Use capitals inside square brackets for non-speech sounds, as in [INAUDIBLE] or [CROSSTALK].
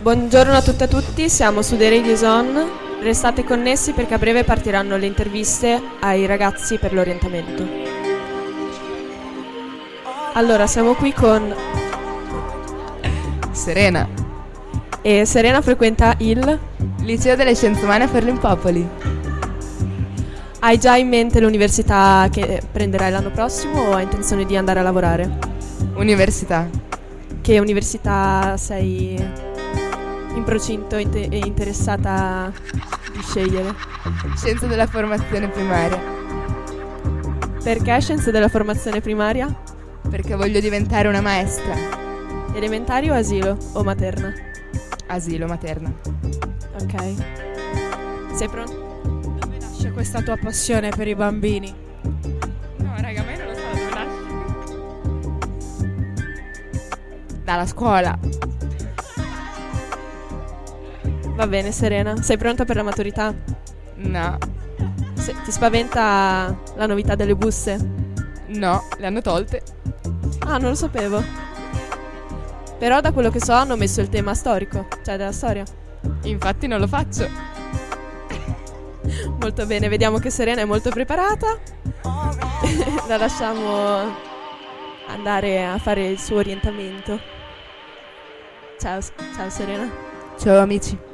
Buongiorno a tutte e a tutti, siamo su The Radio Zone. Restate connessi perché a breve partiranno le interviste ai ragazzi per l'orientamento. Allora, siamo qui con Serena, eh, Serena frequenta il Liceo delle Scienze Umane a Ferlimpopoli. Hai già in mente l'università che prenderai l'anno prossimo o hai intenzione di andare a lavorare? Università. Che università sei in procinto e inte- e interessata di scegliere? Scienze della formazione primaria. Perché scienze della formazione primaria? Perché voglio diventare una maestra. Elementari o asilo o materna? Asilo materna. Ok. Sei pronto? Dove nasce questa tua passione per i bambini? No, raga, ma io non lo so da dove nasce. Dalla scuola. Va bene, Serena. Sei pronta per la maturità? No, Se- ti spaventa la novità delle busse? no, le hanno tolte. Ah, non lo sapevo. Però da quello che so hanno messo il tema storico, cioè della storia. Infatti non lo faccio. Molto bene, vediamo che Serena è molto preparata. [LAUGHS] la lasciamo andare a fare il suo orientamento. Ciao, ciao Serena. Ciao amici.